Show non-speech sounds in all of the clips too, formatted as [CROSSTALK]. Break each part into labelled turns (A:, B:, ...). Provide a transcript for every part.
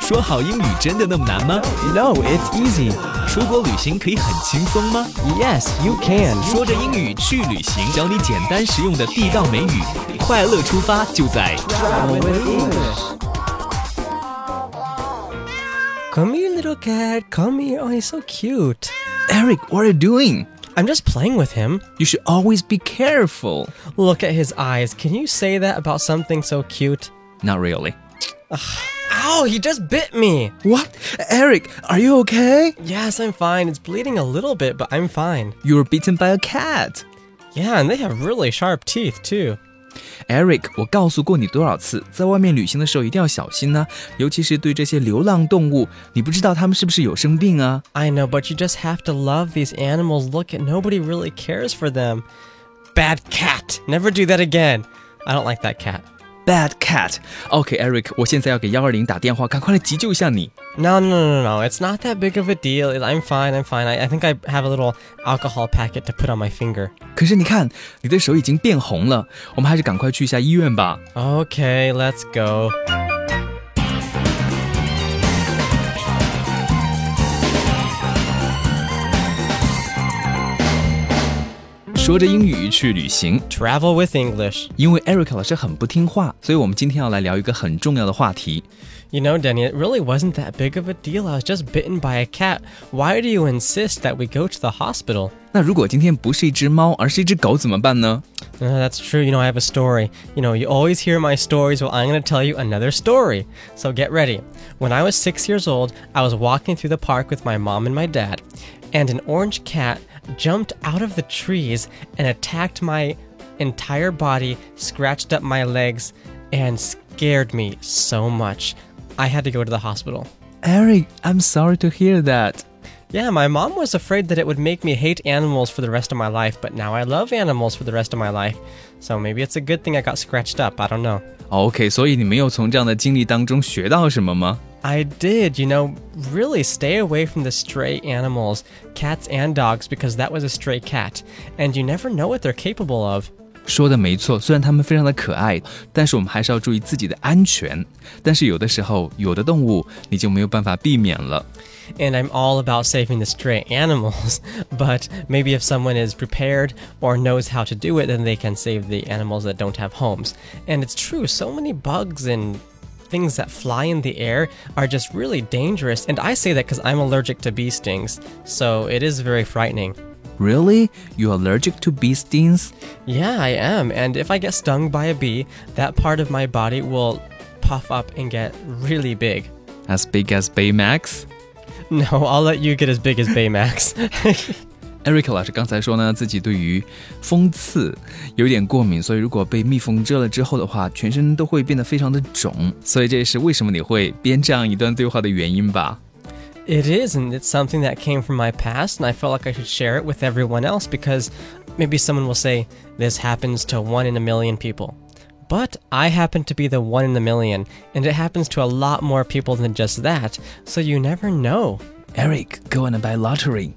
A: 说好英语真的那么难吗
B: No, it's easy.
A: 出国旅行可以很轻松吗？
B: Yes, you can.
A: 说着英语去旅行，教你简单实用的地道美语，快乐出发就在。
B: Come here, little cat. Come here. Oh, he's so cute.
A: Eric, what are you doing?
B: I'm just playing with him.
A: You should always be careful.
B: Look at his eyes. Can you say that about something so cute?
A: Not really.
B: Ow, he just bit me.
A: What? Eric, are you okay?
B: Yes, I'm fine. It's bleeding a little bit, but I'm fine.
A: You were bitten by a cat.
B: Yeah, and they have really sharp teeth, too.
A: Eric，我告诉过你多少次，在外面旅行的时候一定要小心呢、尤其是对这些流浪动物，你不知道它们是不是有生病啊。
B: I know, but you just have to love these animals. Look at nobody really cares for them. Bad cat. Never do that again. I don't like that cat.
A: Bad cat。OK，Eric，、我现在要给幺二零打电话，赶快来急救一下你。
B: No, no, no, no, no. It's not that big of a deal. It- I'm fine. I'm fine. I, I think I have a little alcohol packet to put on my finger.
A: 可是你看，你的手已经变红了，我们还是赶快去一下医院吧。
B: Okay, let's go.
A: Eric 说着英语去旅行，
B: Travel with English.
A: 因为 Eric 老师很不听话，所以我们今天要来聊一个很重要的话题。
B: You know, Denny, it really wasn't that big of a deal. I was just bitten by a cat. Why do you insist that we go to the hospital?
A: 那如果今天不是一只猫，而是一只狗怎么办呢？
B: Uh, that's true. You know, I have a story. You know, you always hear my stories. Well, I'm going to tell you another story. So get ready. When I was six years old, I was walking through the park with my mom and my dad, and an orange cat jumped out of the trees and attacked my entire body, scratched up my legs, and scared me so much. I had to go to the hospital.
A: Eric, I'm sorry to hear that.
B: Yeah, my mom was afraid that it would make me hate animals for the rest of my life, but now I love animals for the rest of my life. So maybe it's a good thing I got scratched up. I don't know.
A: OK，所以你没有从这样的经历当中学到什么吗？
B: I did, you know, really stay away from the stray animals, cats and dogs, because that was a stray cat, and you never know what they're capable of.
A: 说的没错，虽然它们非常的可爱，但是我们还是要注意自己的安全。但是有的时候，有的动物你就没有办法避免了。
B: And I'm all about saving the stray [LAUGHS] animals, but maybe if someone is prepared or knows how to do it, then they can save the animals that don't have homes. And it's true, so many bugs and things that fly in the air are just really dangerous, and I say that because I'm allergic to bee stings, so it is very frightening.
A: Really? You allergic to bee stings?
B: Yeah, I am. And if I get stung by a bee, that part of my body will puff up and get really big. [LAUGHS]
A: As big as Baymax?
B: No, I'll let you get as big as Baymax. [LAUGHS]
A: Eric 老师刚才说呢，自己对于蜂刺有一点过敏，所以如果被蜜蜂蛰了之后的话，全身都会变得非常的肿。所以这也是为什么你会编这样一段对话的原因吧。
B: it is, and it's something that came from my past, and I felt like I should share it with everyone else because maybe someone will say, This happens to one in a million people. But I happen to be the one in a million, and it happens to a lot more people than just that, so you never know. [LAUGHS]
A: Eric, go and buy lottery.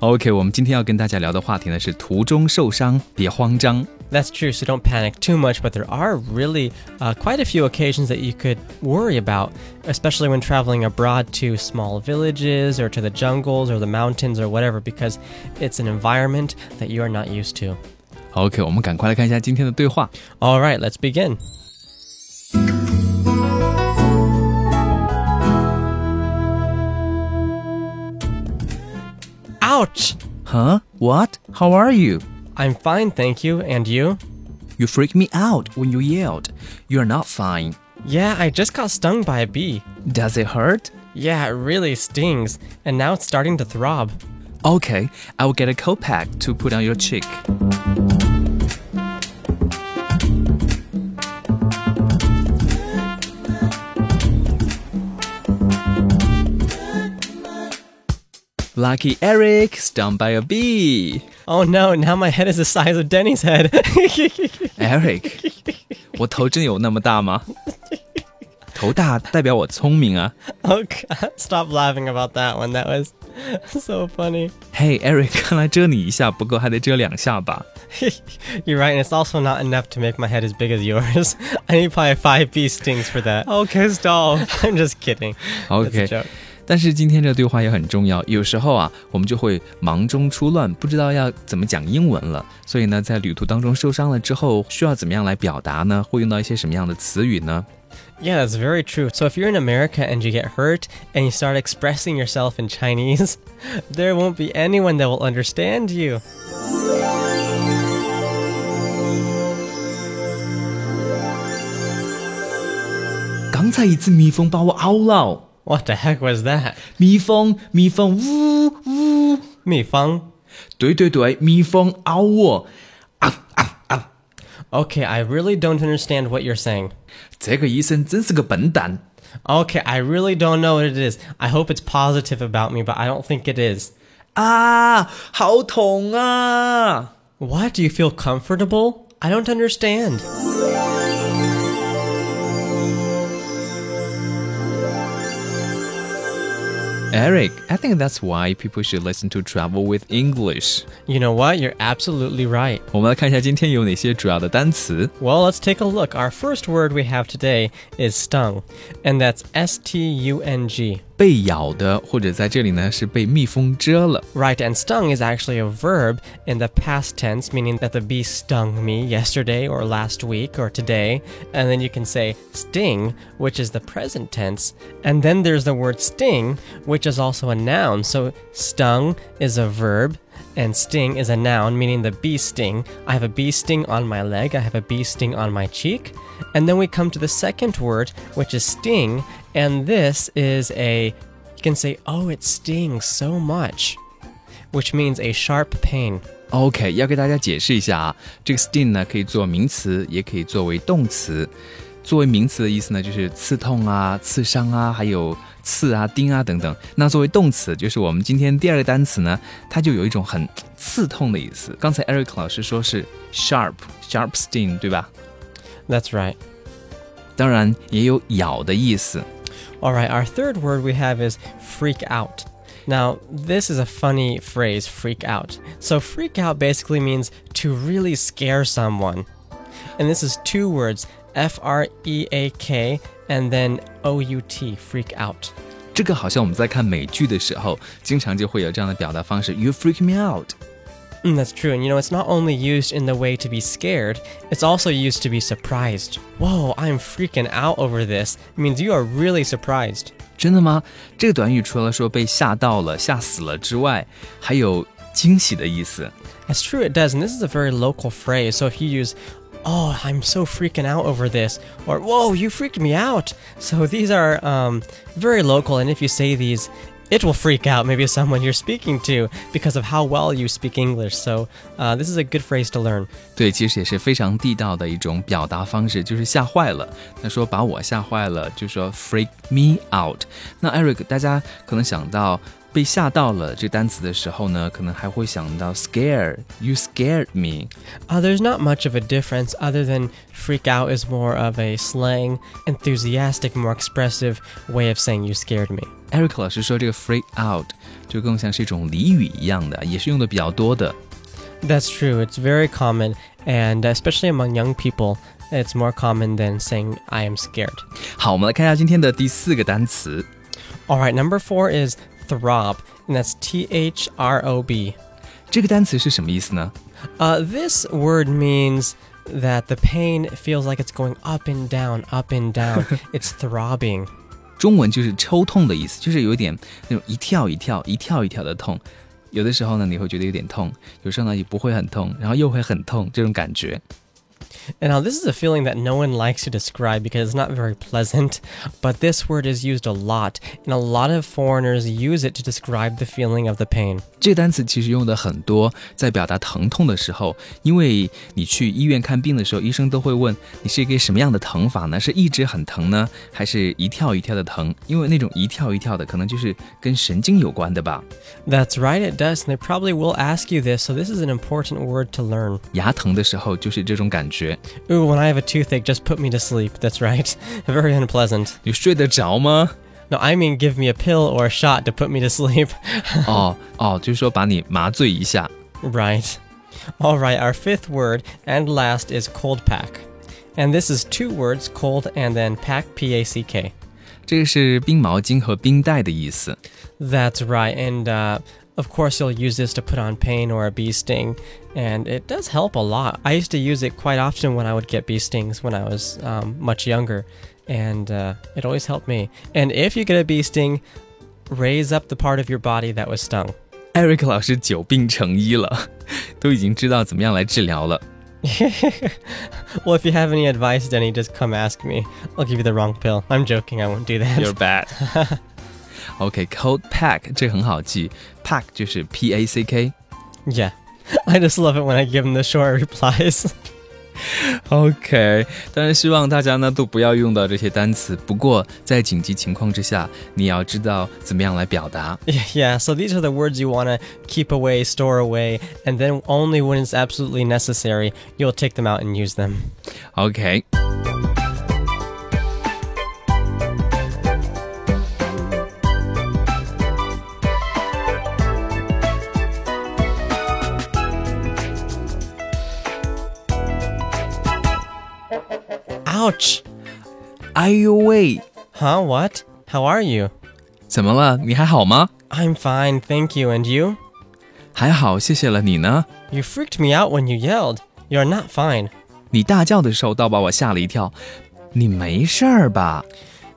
A: OK，我们今天要跟大家聊的话题呢是途中受伤，别慌张。
B: That's true, so don't panic too much, but there are really uh, quite a few occasions that you could worry about, especially when traveling abroad to small villages or to the jungles or the mountains or whatever, because it's an environment that you are not used to.
A: OK，我们赶快来看一下今天的对话。
B: All right, let's begin. Ouch!
A: huh? What? How are you?
B: I'm fine, thank you, and you?
A: You freaked me out when you yelled. You're not fine.
B: Yeah, I just got stung by a bee.
A: Does it hurt?
B: Yeah, it really stings, and now it's starting to throb.
A: Okay, I will get a coat pack to put on your cheek. Lucky Eric stung by a bee.
B: Oh no, now my head is the size of Denny's head. [LAUGHS]
A: Eric，我头真有那么大吗？头大代表我聪明啊。
B: oh god, stop laughing about that one. That was [LAUGHS] so funny.
A: Hey Eric，看来遮你一下不够，还得遮两下吧？
B: You're right, and it's also not enough to make my head as big as yours. [LAUGHS] I need probably five bee stings for that.
A: Okay, stop.
B: [LAUGHS] I'm just kidding. That's a
A: OK，
B: joke.
A: 但是今天这个对话也很重要。有时候啊，我们就会忙中出乱，不知道要怎么讲英文了。所以呢，在旅途当中受伤了之后，需要怎么样来表达呢？会用到一些什么样的词语呢？
B: Yeah, that's very true. So if you're in America and you get hurt and you start expressing yourself in Chinese, [LAUGHS] there won't be anyone that will understand you.
A: 刚才一只蜜蜂把我咬了，
B: What the heck was that?
A: 蜜蜂，蜜蜂，呜呜，
B: Mi Fang.
A: 对对对，蜜蜂咬我。
B: Okay, I really don't understand what you're saying.
A: 这个医生真是个笨蛋。
B: Okay, I really don't know what it is. I hope it's positive about me, but I don't think it is.
A: 啊，好痛啊！
B: What? Do you feel comfortable? I don't understand.
A: Eric, I think that's why people should listen to Travel with English.
B: You know what? You're absolutely right.
A: 我们来看一下今天有哪些主要的单词。
B: Well, let's take a look. Our first word we have today is stung, and that's S T U N G.
A: 被咬的，或者在这里呢是被蜜蜂蛰了。
B: Right, and stung is actually a verb in the past tense, meaning that the bee stung me yesterday or last week or today. And then you can say sting, which is the present tense. And then there's the word sting, which is also a noun. So stung is a verb and sting is a noun, meaning the bee sting. I have a bee sting on my leg, I have a bee sting on my cheek. And then we come to the second word, which is sting. And this is a you can say, oh, it stings so much, which means a sharp pain.
A: OK，要给大家解释一下啊，这个 sting 呢可以做名词，也可以作为动词。作为名词的意思呢，就是刺痛啊、刺伤啊，还有刺啊、钉啊等等。那作为动词，就是我们今天第二个单词呢，它就有一种很刺痛的意思。刚才 Eric 老师说是 sharp sharp sting，对吧？
B: That's right.
A: 当然也有咬的意思。
B: All right, our third word we have is freak out. Now, this is a funny phrase, freak out. So, freak out basically means to really scare someone. And this is two words F R E A K and then O U T, freak out.
A: 这个好像我们在看美剧的时候，经常就会有这样的表达方式：You freak me out。
B: Mm, that's true. And you know, it's not only used in the way to be scared, it's also used to be surprised. Whoa, I'm freaking out over this. It means you are really surprised.
A: 真的吗？这个短语除了说被吓到了、吓死了之外，还有惊喜的意思。
B: That's true, it does. And this is a very local phrase. So if you use, oh, I'm so freaking out over this, or whoa, you freaked me out. So these are um, very local. And if you say these, it will freak out maybe someone you're speaking to because of how well you speak English. So uh, this is a good phrase to learn.
A: 对，其实也是非常地道的一种表达方式，就是吓坏了。那说把我吓坏了，就说 freak me out。那 Eric，大家可能想到被吓到了这单词的时候呢，可能还会想到 scare，you scared me。
B: Uh, there's not much of a difference other than freak out is more of a slang, enthusiastic, more expressive way of saying you scared me.
A: Eric 老师说，这个 freak out 就更像是一种俚语一样的，也是用的比较多的。
B: That's true. It's very common, and especially among young people, it's more common than saying I am scared.
A: 好，我们来看一下今天的第四个单词
B: All right, number four is throb, and that's T H R O B.
A: 这个单词是什么意思呢？
B: Uh, this word means that the pain feels like it's going up and down, up and down. it's throbbing.
A: 中文就是抽痛的意思，就是有一点那种一跳一跳、一跳一跳的痛。有的时候呢，你会觉得有点痛；有时候呢，也不会很痛，然后又会很痛，这种感觉。
B: And now, this is a feeling that no one likes to describe because it's not very pleasant, but this word is used a lot, and a lot of foreigners use it to describe the feeling of the pain.
A: 这个单词其实用的很多，在表达疼痛的时候，因为你去医院看病的时候，医生都会问你是一个什么样的疼法呢？是一直很疼呢，还是一跳一跳的疼？因为那种一跳一跳的，可能就是跟神经有关的吧。
B: That's right, it does, and they probably will ask you this, so this is an important word to learn.
A: 牙疼的时候就是这种感觉。
B: [LAUGHS] Ooh, when I have a toothache, just put me to sleep. That's right. Very unpleasant.
A: 你睡得着吗？
B: No, I mean give me a pill or a shot to put me to [LAUGHS] sleep.
A: 哦哦，就是说把你麻醉一下。
B: Right. All right, our fifth word and last is cold pack. And this is two words, cold and then pack, P A C K.
A: 这个是冰毛巾和冰袋的意思。
B: That's right. And uh, of course, you'll use this to put on pain or a bee sting. And it does help a lot. I used to use it quite often when I would get bee stings when I was um, much younger. And uh, it always helped me. And if you get a bee sting, raise up the part of your body that was stung. [LAUGHS]
A: Eric 老师久病成医了，都已经知道怎么样来治疗了。
B: well, if you have any advice, Denny, just come ask me. I'll give you the wrong pill. I'm joking. I won't do that.
A: You're bad. OK，cold、pack 这很好记，pack 就是 P A C K。
B: [LAUGHS] Yeah. I just love it when I give them the short [LAUGHS] replies.
A: OK，当然希望大家呢都不要用到这些单词。不过在紧急情况之下，你也要知道怎么样来表达。
B: Yeah, [LAUGHS] yeah, so these are the words you want to keep away, store away, and then only when it's absolutely necessary, you'll take them out and use them.
A: OK，
B: Ouch!
A: 哎呦喂，
B: Huh, what? How are you?
A: 怎么了？你还好吗？
B: I'm fine, thank you, and you?
A: 还好，谢谢了。你呢？
B: You freaked me out when you yelled. You're not fine.
A: 你大叫的时候倒把我吓了一跳。你没事儿吧？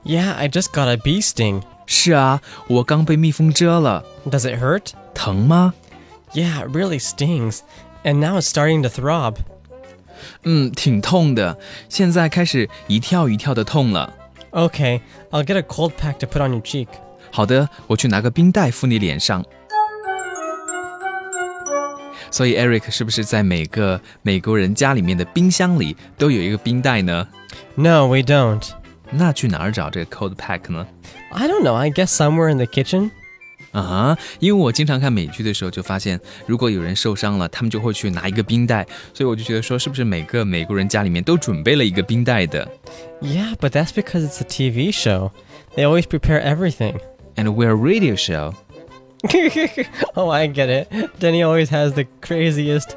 B: Yeah, I just got a bee sting.
A: 是啊，我刚被蜜蜂蛰了，
B: Does it hurt?
A: 疼吗？
B: Yeah, it really stings. And now it's starting to throb.
A: 嗯，挺痛的，现在开始一跳一跳的痛了。
B: Okay, I'll get a cold pack to put on your cheek.
A: 好的，我去拿个冰袋敷你脸上。所以 Eric 是不是在每个美国人家里面的冰箱里都有一个冰袋呢？
B: No, we don't.
A: 那去哪儿找这个 cold pack 呢？
B: I don't know, I guess somewhere in the kitchen.
A: 啊哈，因为我经常看美剧的时候就发现，如果有人受伤了，他们就会去拿一个冰袋，所以我就觉得说，是不是每个美国人家里面都准备了一个冰袋的
B: Yeah, but that's because it's a TV show. They always prepare everything. [LAUGHS]
A: ？And we're a radio show。
B: oh, I get it. Denny always has the craziest,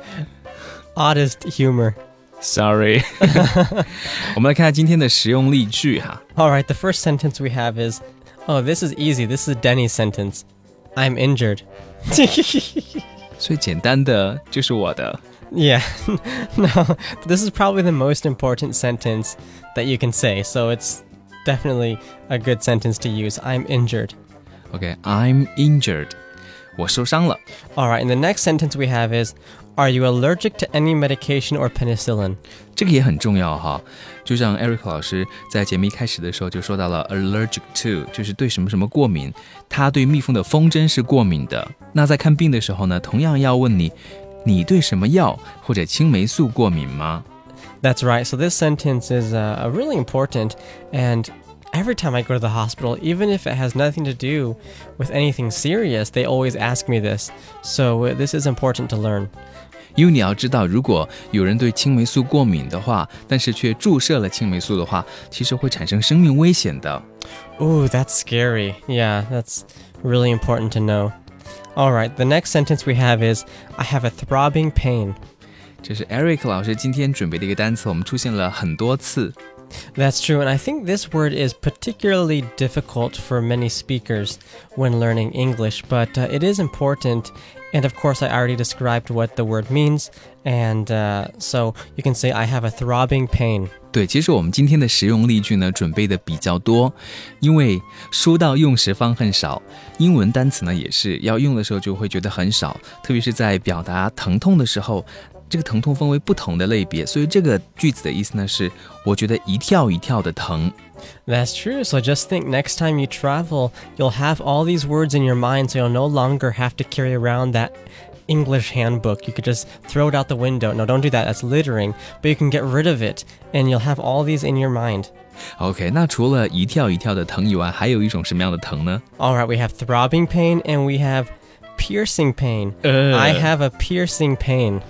B: oddest humor.
A: Sorry，我们来看下今天的实用例句哈。
B: All right, the first sentence we have is Oh, this is easy. This is Denny's sentence. I'm injured.
A: 最简单的就是我的。
B: yeah, [LAUGHS] no, this is probably the most important sentence that you can say, so it's definitely a good sentence to use. I'm injured.
A: OK，I'm、injured，我受伤了。
B: All right, and the next sentence we have is Are you allergic to any medication or penicillin?
A: 这个也很重要哈，就像 Eric 老师在节目一开始的时候就说到了 allergic to，就是对什么什么过敏，他对蜜蜂的风筝是过敏的。那在看病的时候呢，同样要问你，你对什么药或者青霉素过敏吗？
B: That's right. So this sentence is uh, really important, and every time I go to the hospital, even if it has nothing to do with anything serious, they always ask me this. So uh, this is important to learn.
A: 因为你要知道，如果有人对青霉素过敏的话，但是却注射了青霉素的话，其实会产生生命危险的。
B: Ooh, that's scary. Yeah, that's really important to know. All right, the next sentence we have is I have a throbbing pain.
A: 这是 Eric 老师今天准备的一个单词，我们出现了很多次。
B: That's true, and I think this word is particularly difficult for many speakers when learning English, but uh, it is important. And of course, I already described what the word means, and uh, so you can say, I have a throbbing pain.
A: 对，其实我们今天的实用例句呢，准备的比较多，因为书到用时方恨少，英文单词呢也是要用的时候就会觉得很少，特别是在表达疼痛的时候，这个疼痛分为不同的类别，所以这个句子的意思呢是，我觉得一跳一跳的疼。
B: That's true, so just think next time you travel, you'll have all these words in your mind, so you'll no longer have to carry around that. English handbook. You could just throw it out the window. No, don't do that. That's littering. But you can get rid of it, and you'll have all these in your mind.
A: OK，那除了一跳一跳的疼以外，还有一种什么样的疼呢？
B: All right, we have throbbing pain and we have piercing pain.
A: 呃
B: I have a piercing pain.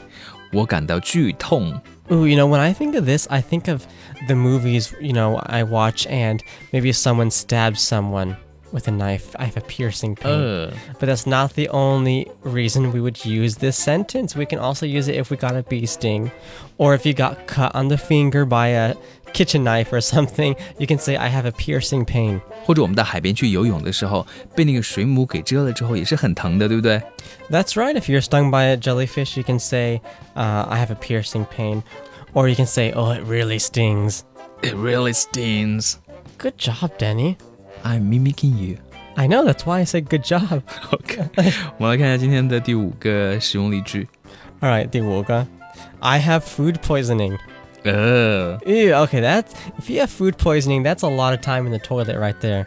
A: 我感到剧痛。
B: Ooh, you know, when I think of this, I think of the movies, you know, I watch and maybe someone stabs someone with a knife. I have a piercing pain.
A: 呃，
B: But that's not the only reason we would use this sentence. We can also use it if we got a bee sting or if you got cut on the finger by a kitchen knife or something. You can say, I have a piercing pain.
A: 或者我们到海边去游泳的时候，被那个水母给蛰了之后，也是很疼的，对不对？
B: That's right. If you're stung by a jellyfish, you can say, uh, I have a piercing pain. Or you can say, Oh, it really stings.
A: It really stings.
B: Good job, Denny.
A: I'm mimicking you.
B: I know, that's why I said good job. [LAUGHS]
A: OK，我们 [LAUGHS] 来看一下今天的第五个使用例句。
B: All right, Diwoga. I have food poisoning.
A: 呃，
B: Ew, okay, that's. If you have food poisoning, that's a lot of time in the toilet right there.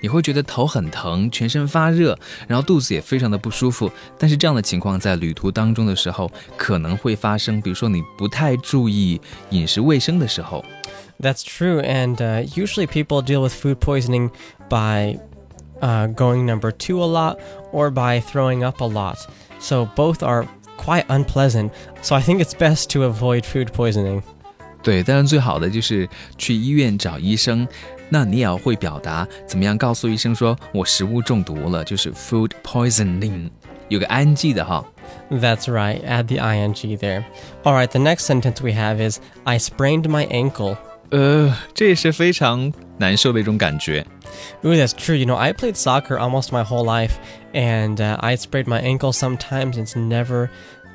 A: 你会觉得头很疼，全身发热，然后肚子也非常的不舒服。但是这样的情况在旅途当中的时候可能会发生，比如说你不太注意饮食卫生的时候。
B: That's true, and uh, usually people deal with food poisoning by uh, going number two a lot or by throwing up a lot. So both are quite unpleasant. So I think it's best to avoid food poisoning.
A: 对，当然最好的就是去医院找医生。那你也要会表达，怎么样告诉医生说我食物中毒了，就是 food poisoning，有个 ing 的哈。
B: That's right, add the ing there. All right, the next sentence we have is I sprained my ankle.
A: 呃，这也是非常难受的一种感觉。
B: Ooh, that's true. You know, I played soccer almost my whole life, and uh, I sprained my ankle sometimes. It's never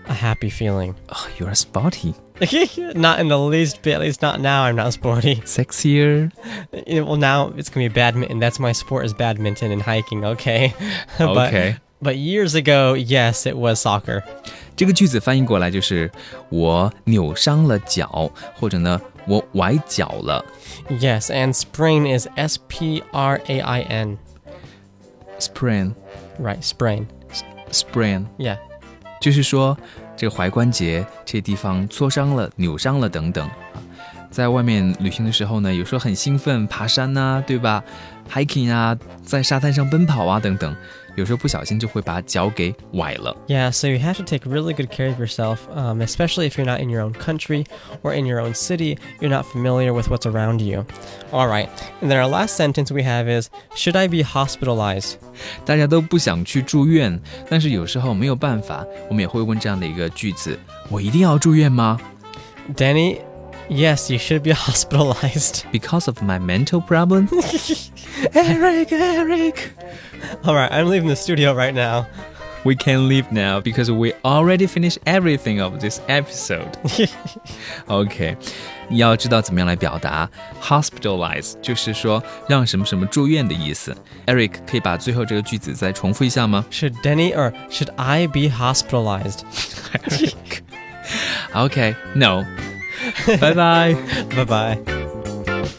B: a happy feeling. [LAUGHS]
A: 啊、y o u are sporty,
B: not in the least bit, at least not now. I'm not [LAUGHS] sporty.
A: sexier.
B: Yeah, Eh, Well, now it's gonna be badminton. That's my sport is badminton and hiking. Okay, [LAUGHS] but
A: OK，
B: but years ago, yes, it was soccer.
A: 这个句子翻译过来就是我扭伤了脚，或者呢我崴脚了。
B: Yes, and sprain is S P R A I N.
A: Sprain,
B: Right, sprain.
A: sprain，
B: Yeah.
A: 就是说这个踝关节这地方挫伤了、扭伤了等等。在外面旅行的时候呢，有时候很兴奋，爬山呐、对吧？hiking 啊，在沙滩上奔跑啊等等，有时候不小心就会把脚给崴了。
B: Yeah, so you have to take really good care of yourself, um, especially if you're not in your own country or in your own city. You're not familiar with what's around you. All right, and then our last sentence we have is Should I be hospitalized?
A: 大家都不想去住院，但是有时候没有办法，我们也会问这样的一个句子：我一定要住院吗
B: Danny, yes, you should be [LAUGHS] hospitalized.
A: ？Because of my mental problem 。
B: [LAUGHS] Eric, Eric! All right, I'm leaving the studio right now.
A: We can leave now because we already finished everything of this episode. OK，你要知道怎么样来表达 hospitalize，就是说让什么什么住院的意思。Eric 可以把最后这个句子再重复一下吗
B: Should Denny or should I be hospitalized? [LAUGHS]
A: ？OK，No，拜拜。
B: Bye bye.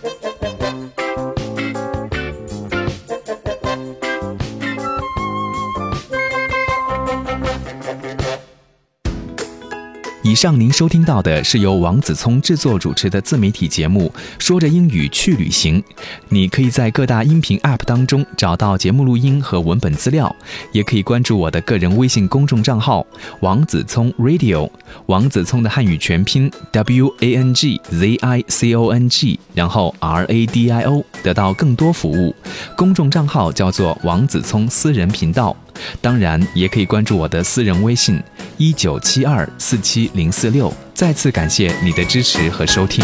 A: Bye 以上您收听到的是由王子聪制作主持的自媒体节目《说着英语去旅行》，你可以在各大音频 App 当中找到节目录音和文本资料，也可以关注我的个人微信公众账号“王子聪 Radio”，王子聪的汉语全拼 W A N G Z I C O N G，然后 R A D I O，得到更多服务。公众账号叫做“王子聪私人频道”，当然也可以关注我的私人微信一九七二四七零四六。再次感谢你的支持和收听。